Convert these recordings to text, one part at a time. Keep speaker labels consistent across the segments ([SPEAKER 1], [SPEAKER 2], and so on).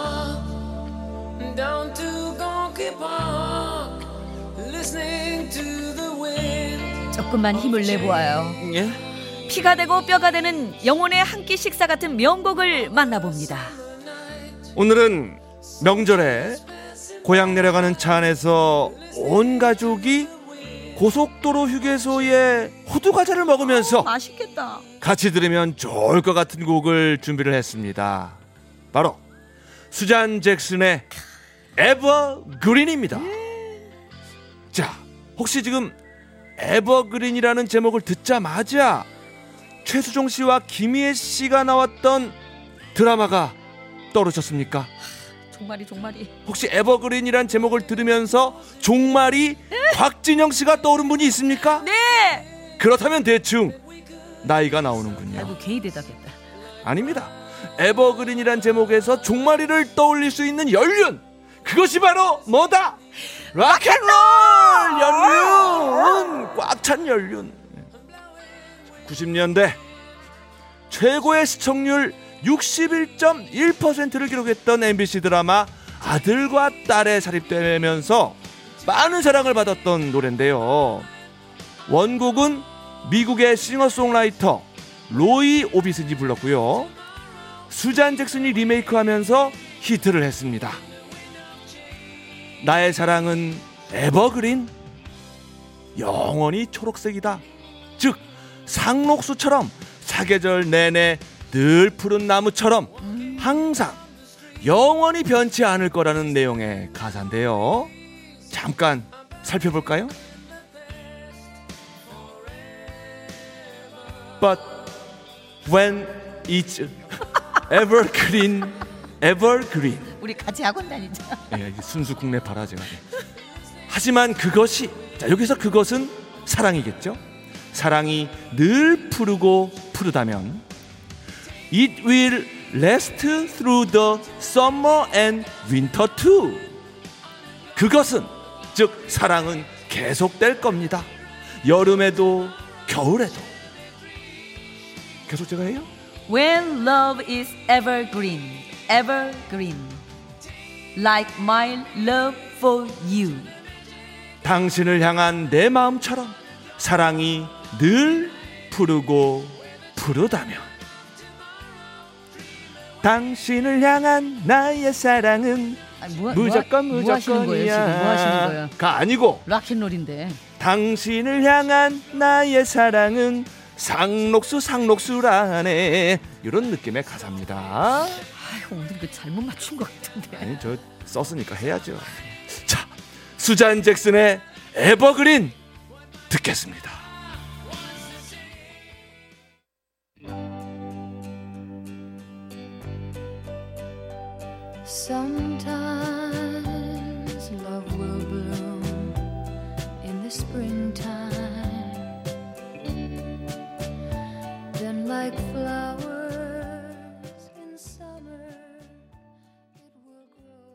[SPEAKER 1] down to Gonky Park, listening to the wind.
[SPEAKER 2] 조금만 힘을 내보아요.
[SPEAKER 3] 예?
[SPEAKER 2] 피가 되고 뼈가 되는 영혼의 한 끼 식사 같은 명곡을 만나봅니다.
[SPEAKER 3] 오늘은 명절에 고향 내려가는 차 안에서 온 가족이 고속도로 휴게소에 호두 과자를 먹으면서
[SPEAKER 2] 어. 맛있겠다.
[SPEAKER 3] 같이 들으면 좋을 것 같은 곡을 준비를 했습니다. 바로 수잔 잭슨의 에버그린입니다. 자, 혹시 지금 에버그린이라는 제목을 듣자마자 최수종 씨와 김희애 씨가 나왔던 드라마가 떠오르셨습니까?
[SPEAKER 2] 종말이 종말이.
[SPEAKER 3] 혹시 에버그린이란 제목을 들으면서 종말이 곽진영 씨가 떠오른 분이 있습니까?
[SPEAKER 2] 네.
[SPEAKER 3] 그렇다면 대충 나이가 나오는군요.
[SPEAKER 2] 아이고 게이 대답했다.
[SPEAKER 3] 아닙니다. 에버그린이란 제목에서 종말이를 떠올릴 수 있는 연륜. 그것이 바로 뭐다? 락앤롤 연륜. 꽉 찬 연륜. 90년대 최고의 시청률 61.1%를 기록했던 MBC 드라마 아들과 딸에 삽입되면서 많은 사랑을 받았던 노래인데요. 원곡은 미국의 싱어송라이터 로이 오비슨이 불렀고요. 수잔 잭슨이 리메이크하면서 히트를 했습니다. 나의 사랑은 에버그린 영원히 초록색이다. 즉 상록수처럼 사계절 내내 늘 푸른 나무처럼 항상 영원히 변치 않을 거라는 내용의 가사인데요. 잠깐 살펴볼까요? But when it's evergreen, evergreen.
[SPEAKER 4] 우리 같이 학원 다니자.
[SPEAKER 3] 예, 이게 순수 국내 파라 제가. 하지만 그것이 자, 여기서 그것은 사랑이겠죠. 사랑이 늘 푸르고 푸르다면 It will last through the summer and winter too. 그것은 즉 사랑은 계속될 겁니다. 여름에도 겨울에도 계속 제가 해요.
[SPEAKER 2] When love is evergreen, evergreen, like my love for you.
[SPEAKER 3] 당신을 향한 내 마음처럼 사랑이 늘 푸르고 푸르다면 당신을 향한 나의 사랑은
[SPEAKER 4] 아니, 뭐,
[SPEAKER 3] 무조건
[SPEAKER 4] 뭐, 하- 뭐 하시는 거예요?
[SPEAKER 3] 무조건이야.
[SPEAKER 4] 지금 뭐 하시는 거예요?
[SPEAKER 3] 가 아니고
[SPEAKER 4] 락앤롤인데.
[SPEAKER 3] 당신을 향한 나의 사랑은 상록수 상록수라네 이런 느낌의 가사입니다.
[SPEAKER 2] 아이고 오늘 이거 잘못 맞춘 것 같은데.
[SPEAKER 3] 아니 저 썼으니까 해야죠. 자 수잔 잭슨의 에버그린 듣겠습니다.
[SPEAKER 5] Sometimes love will bloom in the springtime. Then, like flowers in summer, it will grow.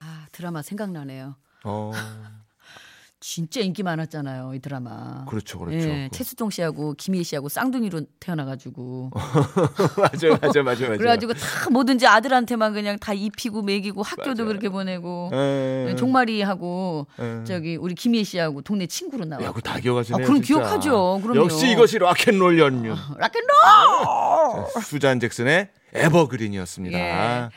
[SPEAKER 4] 아, 드라마 생각나네요.
[SPEAKER 3] 어
[SPEAKER 4] 진짜 인기 많았잖아요, 이 드라마.
[SPEAKER 3] 그렇죠 그렇죠.
[SPEAKER 4] 예, 최수종 씨하고 김희애 씨하고 쌍둥이로 태어나가지고
[SPEAKER 3] 맞아 맞아 맞아 맞아.
[SPEAKER 4] 그래가지고 다 뭐든지 아들한테만 그냥 다 입히고 먹이고 학교도 그렇게 보내고
[SPEAKER 3] 음.
[SPEAKER 4] 예,
[SPEAKER 3] 에,
[SPEAKER 4] 종말이하고
[SPEAKER 3] 에.
[SPEAKER 4] 저기 우리 김희애 씨하고 동네 친구로 나와.
[SPEAKER 3] 음. 야, 그거 다 기억하시네요.
[SPEAKER 4] 아, 그럼
[SPEAKER 3] 진짜.
[SPEAKER 4] 기억하죠. 그럼요.
[SPEAKER 3] 역시 이것이 락앤롤 연륜.
[SPEAKER 4] 락앤롤.
[SPEAKER 3] 수잔 잭슨의 에버그린이었습니다.
[SPEAKER 4] 어. 예.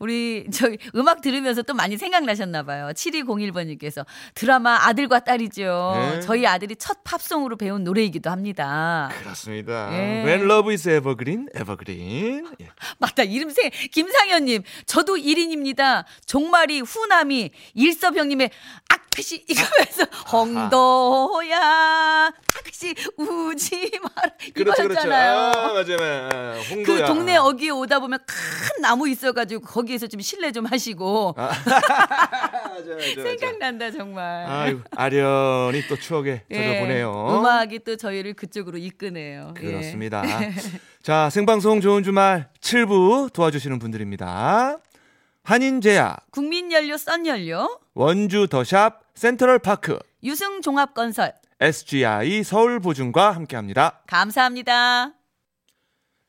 [SPEAKER 4] 우리 저기 음악 들으면서 또 많이 생각나셨나 봐요. 7201번님께서 드라마 아들과 딸이죠.
[SPEAKER 3] 네.
[SPEAKER 4] 저희 아들이 첫 팝송으로 배운 노래이기도 합니다.
[SPEAKER 3] 그렇습니다.
[SPEAKER 4] 예.
[SPEAKER 3] When love is evergreen, evergreen. 예.
[SPEAKER 4] 맞다. 이름 생 김상현님. 저도 1인입니다. 종말이 후남이 일섭형님의 악시 이거면서 홍도야 악시 우지 마라
[SPEAKER 3] 그렇죠, 그렇죠.
[SPEAKER 4] 이거였잖아요.
[SPEAKER 3] 아, 맞아요. 맞아요. 홍도야.
[SPEAKER 4] 그 동네 어귀에 오다 보면 큰 나무 있어가지고 거기에서 좀 실내 좀 하시고
[SPEAKER 3] 맞아요, 아, 맞아요, 맞아요.
[SPEAKER 4] 생각난다 정말.
[SPEAKER 3] 아유, 아련히 또 추억에
[SPEAKER 4] 예.
[SPEAKER 3] 젖어보네요.
[SPEAKER 4] 음악이 또 저희를 그쪽으로 이끄네요. 예.
[SPEAKER 3] 그렇습니다. 자, 생방송 좋은 주말 7부 도와주시는 분들입니다. 한인제약,
[SPEAKER 4] 국민연료 썬연료
[SPEAKER 3] 원주 더샵, 센트럴파크,
[SPEAKER 4] 유승종합건설
[SPEAKER 3] SGI 서울보증과 함께합니다.
[SPEAKER 4] 감사합니다.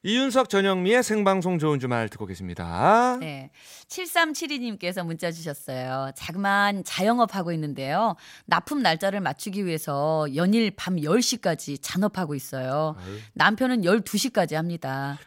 [SPEAKER 3] 이윤석 전영미의 생방송 좋은 주말 듣고 계십니다.
[SPEAKER 4] 네. 7372님께서 문자 주셨어요. 자그만 자영업하고 있는데요. 납품 날짜를 맞추기 위해서 연일 밤 10시까지 잔업하고 있어요. 남편은 12시까지 합니다.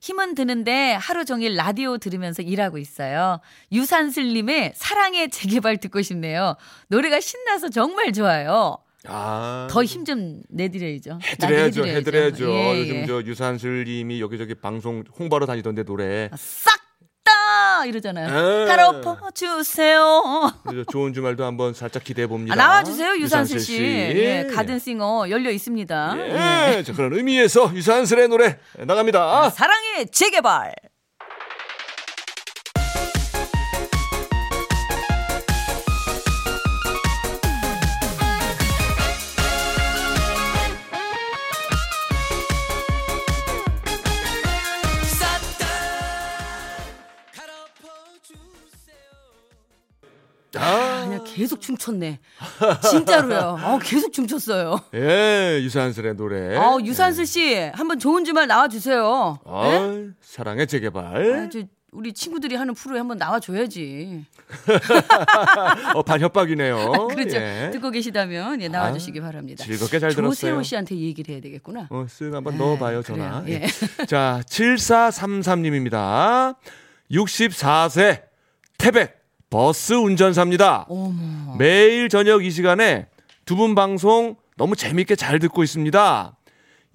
[SPEAKER 4] 힘은 드는데 하루 종일 라디오 들으면서 일하고 있어요. 유산슬님의 사랑의 재개발 듣고 싶네요. 노래가 신나서 정말 좋아요.
[SPEAKER 3] 아,
[SPEAKER 4] 더 힘 좀 내드려야죠.
[SPEAKER 3] 해드려야죠,
[SPEAKER 4] 나도
[SPEAKER 3] 해드려야죠.
[SPEAKER 4] 예,
[SPEAKER 3] 요즘
[SPEAKER 4] 예.
[SPEAKER 3] 저 유산슬님이 여기저기 방송 홍보하러 다니던데 노래.
[SPEAKER 4] 아, 싹다 이러잖아요.
[SPEAKER 3] 에.
[SPEAKER 4] 갈아엎어 주세요.
[SPEAKER 3] 그래서 좋은 주말도 한번 살짝 기대해 봅니다.
[SPEAKER 4] 아, 나와주세요 유산슬 씨. 예, 가든싱어 열려 있습니다.
[SPEAKER 3] 예, 자, 그런 의미에서 유산슬의 노래 나갑니다.
[SPEAKER 4] 사랑의 재개발. 아, 그냥 계속 춤췄네. 진짜로요. 어, 계속 춤췄어요.
[SPEAKER 3] 예, 유산슬의 노래.
[SPEAKER 4] 아, 유산슬 씨, 한번 좋은 주말 나와 주세요.
[SPEAKER 3] 아, 사랑의 재개발.
[SPEAKER 4] 예? 아, 저 우리 친구들이 하는 프로에 한번 나와줘야지.
[SPEAKER 3] 어, 반협박이네요.
[SPEAKER 4] 그렇죠.
[SPEAKER 3] 예. 아,
[SPEAKER 4] 듣고 계시다면 예, 나와주시기 바랍니다.
[SPEAKER 3] 즐겁게 잘
[SPEAKER 4] 조세호
[SPEAKER 3] 들었어요.
[SPEAKER 4] 씨한테 얘기를 해야 되겠구나.
[SPEAKER 3] 어, 쓱 한번 넣어봐요,
[SPEAKER 4] 그래요.
[SPEAKER 3] 전화.
[SPEAKER 4] 예.
[SPEAKER 3] 예. 자, 7433님입니다. 64세 태백 버스 운전사입니다.
[SPEAKER 4] 어.
[SPEAKER 3] 매일 저녁 이 시간에 두 분 방송 너무 재밌게 잘 듣고 있습니다.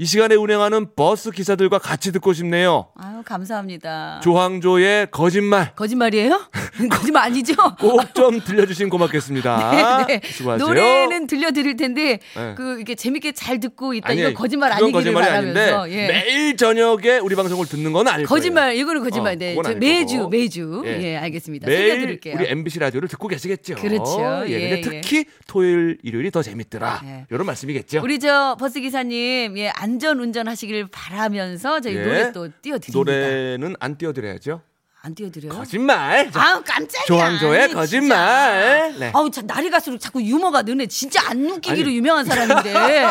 [SPEAKER 3] 이 시간에 운행하는 버스 기사들과 같이 듣고 싶네요.
[SPEAKER 4] 아유 감사합니다.
[SPEAKER 3] 조항조의 거짓말
[SPEAKER 4] 거짓말이에요? 거짓말 아니죠?
[SPEAKER 3] 꼭 좀 들려주신 고맙겠습니다.
[SPEAKER 4] 네.
[SPEAKER 3] 수고하세요.
[SPEAKER 4] 노래는 들려드릴 텐데
[SPEAKER 3] 아, 네.
[SPEAKER 4] 그 이게 재밌게 잘 듣고 있다
[SPEAKER 3] 아니,
[SPEAKER 4] 이거 거짓말
[SPEAKER 3] 그건
[SPEAKER 4] 아니기를
[SPEAKER 3] 거짓말이
[SPEAKER 4] 바라면서
[SPEAKER 3] 아닌데
[SPEAKER 4] 예.
[SPEAKER 3] 매일 저녁에 우리 방송을 듣는 건 아닐
[SPEAKER 4] 거짓말
[SPEAKER 3] 거예요. 어,
[SPEAKER 4] 이거는 거짓말. 네.
[SPEAKER 3] 그건
[SPEAKER 4] 저
[SPEAKER 3] 아닐
[SPEAKER 4] 매주
[SPEAKER 3] 거고.
[SPEAKER 4] 매주
[SPEAKER 3] 예.
[SPEAKER 4] 예, 알겠습니다.
[SPEAKER 3] 매일
[SPEAKER 4] 들려드릴게요.
[SPEAKER 3] 우리 MBC 라디오를 듣고 계시겠죠.
[SPEAKER 4] 그렇죠.
[SPEAKER 3] 예,
[SPEAKER 4] 예,
[SPEAKER 3] 근데
[SPEAKER 4] 예.
[SPEAKER 3] 특히 토요일, 일요일이 더 재밌더라.
[SPEAKER 4] 예.
[SPEAKER 3] 이런 말씀이겠죠.
[SPEAKER 4] 우리 저 버스 기사님 예 안전 운전하시길 바라면서 저희
[SPEAKER 3] 예.
[SPEAKER 4] 노래 또 띄워드립니다. 어?
[SPEAKER 3] 노래는 안 띄워드려야죠.
[SPEAKER 4] 안 띄워드려요?
[SPEAKER 3] 거짓말.
[SPEAKER 4] 아우 깜짝이야.
[SPEAKER 3] 조항조의
[SPEAKER 4] 아니,
[SPEAKER 3] 거짓말.
[SPEAKER 4] 진짜.
[SPEAKER 3] 네.
[SPEAKER 4] 아우 참 날이 갈수록 자꾸 유머가 느네. 진짜 안 웃기기로
[SPEAKER 3] 아니.
[SPEAKER 4] 유명한 사람인데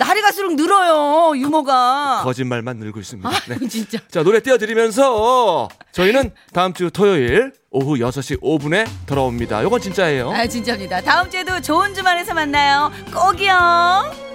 [SPEAKER 4] 날이 갈수록 늘어요 유머가.
[SPEAKER 3] 거짓말만 늘고 있습니다. 네.
[SPEAKER 4] 아! 아유, 진짜.
[SPEAKER 3] 자, 노래 띄워드리면서 저희는 다음 주 토요일 오후 6시 5분에 돌아옵니다. 이건 진짜예요.
[SPEAKER 4] 아 진짜입니다. 다음 주에도 좋은 주말에서 만나요. 꼭이요.